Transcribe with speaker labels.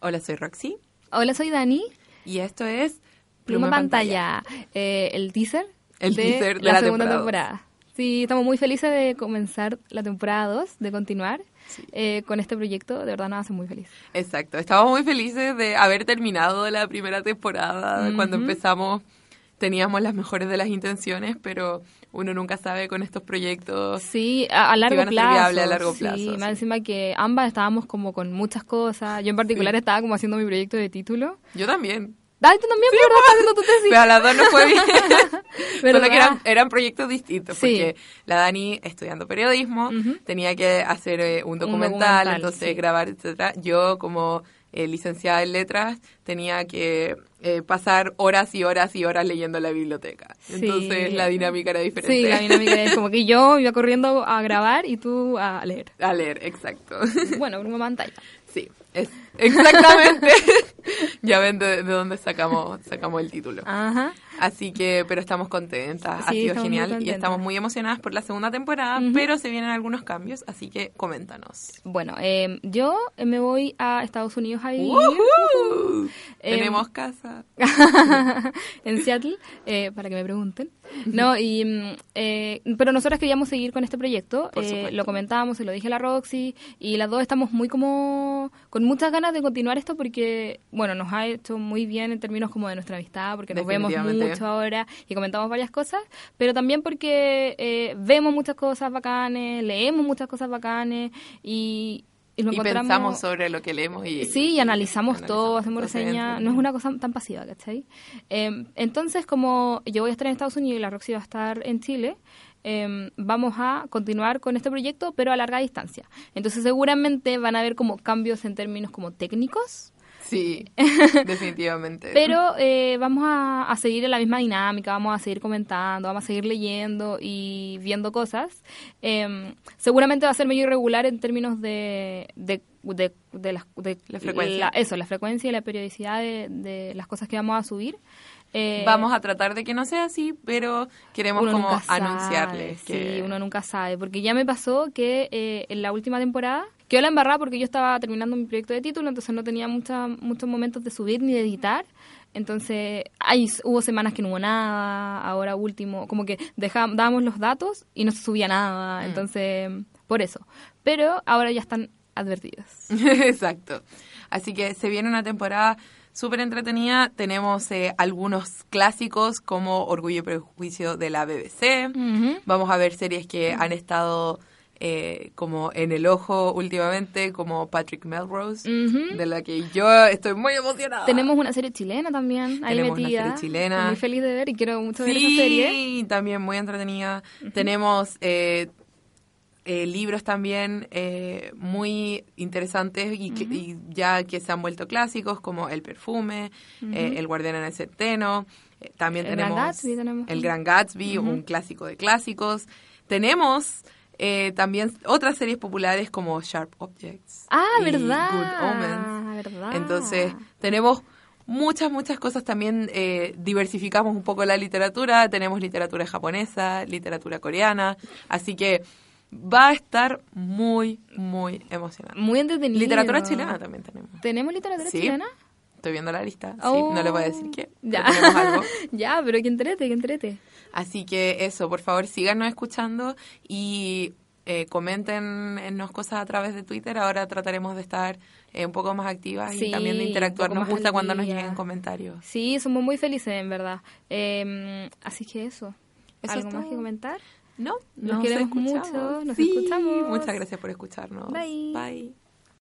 Speaker 1: Hola, soy Roxy.
Speaker 2: Hola, soy Dani.
Speaker 1: Y esto es
Speaker 2: Pluma, Pantalla, eh, el teaser.
Speaker 1: El
Speaker 2: de
Speaker 1: teaser de
Speaker 2: la,
Speaker 1: la
Speaker 2: segunda
Speaker 1: temporada.
Speaker 2: temporada. Sí, estamos muy felices de comenzar la temporada 2, de continuar eh, con este proyecto. De verdad nos hace muy feliz.
Speaker 1: Exacto. Estamos muy felices de haber terminado la primera temporada. Cuando
Speaker 2: Ujú.
Speaker 1: empezamos teníamos las mejores de las intenciones, pero uno nunca sabe con estos proyectos.
Speaker 2: Sí, a, a largo
Speaker 1: van a ser
Speaker 2: plazo.
Speaker 1: viables a largo
Speaker 2: sí,
Speaker 1: plazo,
Speaker 2: más
Speaker 1: sí.
Speaker 2: encima que ambas estábamos como con muchas cosas. Yo en particular
Speaker 1: Sí.
Speaker 2: estaba como haciendo mi proyecto de título.
Speaker 1: Yo también.
Speaker 2: Dale, tú también, pero estás haciendo tu tesis.
Speaker 1: Pero a las dos no fue bien.
Speaker 2: ¿Verdad?
Speaker 1: Solo que eran, eran proyectos distintos,
Speaker 2: Sí.
Speaker 1: porque la Dani estudiando periodismo
Speaker 2: Ujú.
Speaker 1: tenía que hacer eh, un, documental,
Speaker 2: documental,
Speaker 1: entonces
Speaker 2: sí.
Speaker 1: grabar, etcétera. Yo como eh, licenciada en letras tenía que eh, pasar horas y horas y horas leyendo la biblioteca.
Speaker 2: Sí.
Speaker 1: Entonces la dinámica era diferente.
Speaker 2: Sí, la dinámica es como que yo iba corriendo a grabar y tú a leer.
Speaker 1: A leer, exacto.
Speaker 2: Bueno, una pantalla.
Speaker 1: Sí, es exactamente. ya ven de, de dónde sacamos sacamos el título.
Speaker 2: Ajá.
Speaker 1: Así que, pero estamos contentas, ha
Speaker 2: Sí,
Speaker 1: sido
Speaker 2: estamos muy
Speaker 1: genial y
Speaker 2: contentas.
Speaker 1: estamos muy emocionadas por la segunda temporada, pero se vienen algunos cambios, así que coméntanos.
Speaker 2: Bueno, eh, yo me voy a Estados Unidos a vivir
Speaker 1: ¡Woohoo!
Speaker 2: Em,
Speaker 1: Tenemos casa.
Speaker 2: en Seattle, eh, para que me pregunten. No, y, mm, eh, pero nosotras queríamos seguir con este proyecto.
Speaker 1: Por
Speaker 2: eh,
Speaker 1: supuesto.
Speaker 2: lo comentábamos, se lo dije a la Roxy, y las dos estamos muy como con muchas ganas de continuar esto porque, bueno, nos ha hecho muy bien en términos como de nuestra amistad, porque nos vemos
Speaker 1: Definitivamente.
Speaker 2: mucho ahora y comentamos varias cosas, pero también porque eh, vemos muchas cosas bacanes, leemos muchas cosas bacanes y... Y, lo
Speaker 1: Y
Speaker 2: encontramos-
Speaker 1: pensamos sobre lo que leemos y...
Speaker 2: Sí, y analizamos todo, hacemos
Speaker 1: Entonces,
Speaker 2: reseña, no es
Speaker 1: entendemos.
Speaker 2: una cosa tan pasiva, ¿cachai? Eh, entonces, como yo voy a estar en Estados Unidos y la Roxy va a estar en Chile, eh, vamos a continuar con este proyecto, pero a larga distancia. Entonces, seguramente van a haber como cambios en términos como técnicos,
Speaker 1: Sí, definitivamente.
Speaker 2: pero eh, vamos a, a seguir en la misma dinámica, vamos a seguir comentando, vamos a seguir leyendo y viendo cosas. Eh, seguramente va a ser medio irregular en términos de, de, de, de las, de
Speaker 1: La frecuencia.
Speaker 2: la- eso, la frecuencia y la periodicidad de, de las cosas que vamos a subir. Eh,
Speaker 1: Vamos a tratar de que no sea así, pero queremos
Speaker 2: uno
Speaker 1: como
Speaker 2: nunca sabe,
Speaker 1: anunciarles que...
Speaker 2: Sí, uno nunca sabe, porque ya me pasó que eh, en la última temporada quedó la embarrada porque yo estaba terminando mi proyecto de título, entonces no tenía mucha- muchos momentos de subir ni de editar. Entonces, ahí hubo semanas que no hubo nada, ahora último, como que dejábamos, dábamos los datos y no se subía nada,
Speaker 1: Mm.
Speaker 2: entonces, por eso. Pero ahora ya están advertidos.
Speaker 1: Exacto. Así que se viene una temporada súper entretenida. Tenemos eh, algunos clásicos como Orgullo y Prejuicio de la BBC. Vamos a ver series que han estado eh, como en el ojo últimamente, como Patrick Melrose,
Speaker 2: Ujú.
Speaker 1: de la que yo estoy muy emocionada.
Speaker 2: Tenemos una serie chilena también, ahí
Speaker 1: Ah. Tenemos una
Speaker 2: metida.
Speaker 1: serie chilena.
Speaker 2: Estoy Muy feliz de ver y quiero mucho ver
Speaker 1: Sí,
Speaker 2: esa serie.
Speaker 1: también muy entretenida. Tenemos eh, eh, libros también eh, muy interesantes y, que- y ya que se han vuelto clásicos, como El Perfume, eh, El Guardián en el Centeno. Eh, también
Speaker 2: El Gran
Speaker 1: tenemos,
Speaker 2: Gatsby tenemos.
Speaker 1: El Gran Gatsby, un clásico de clásicos. Tenemos eh, también otras series populares como Sharp Objects.
Speaker 2: Ah,
Speaker 1: y
Speaker 2: verdad.
Speaker 1: Good Omens.
Speaker 2: verdad. Ah.
Speaker 1: Entonces, tenemos muchas, muchas cosas también. eh, diversificamos un poco la literatura. Tenemos literatura japonesa, literatura coreana. Así que va a estar muy, muy emocionante.
Speaker 2: Muy entretenido.
Speaker 1: Literatura chilena también tenemos.
Speaker 2: ¿Tenemos literatura
Speaker 1: Sí.
Speaker 2: chilena?
Speaker 1: Estoy viendo la lista. Sí,
Speaker 2: Oh.
Speaker 1: no le voy a decir qué. pero tenemos
Speaker 2: Ya.
Speaker 1: algo.
Speaker 2: ya, pero que entrete, que entrete.
Speaker 1: Así que eso, por favor, síganos escuchando y eh, coméntenos cosas a través de Twitter. Ahora trataremos de estar eh, un poco más activas
Speaker 2: Sí,
Speaker 1: y también de
Speaker 2: un
Speaker 1: interactuar.
Speaker 2: poco
Speaker 1: Nos
Speaker 2: más al
Speaker 1: gusta cuando nos
Speaker 2: día.
Speaker 1: lleguen comentarios.
Speaker 2: Sí, somos muy felices, en verdad. Eh, así que eso.
Speaker 1: Eso
Speaker 2: ¿Algo
Speaker 1: es
Speaker 2: más
Speaker 1: todo.
Speaker 2: que comentar?
Speaker 1: No,
Speaker 2: Nos queremos
Speaker 1: escuchamos.
Speaker 2: mucho, nos
Speaker 1: Sí,
Speaker 2: escuchamos.
Speaker 1: Muchas gracias por escucharnos.
Speaker 2: Bye.
Speaker 1: Bye.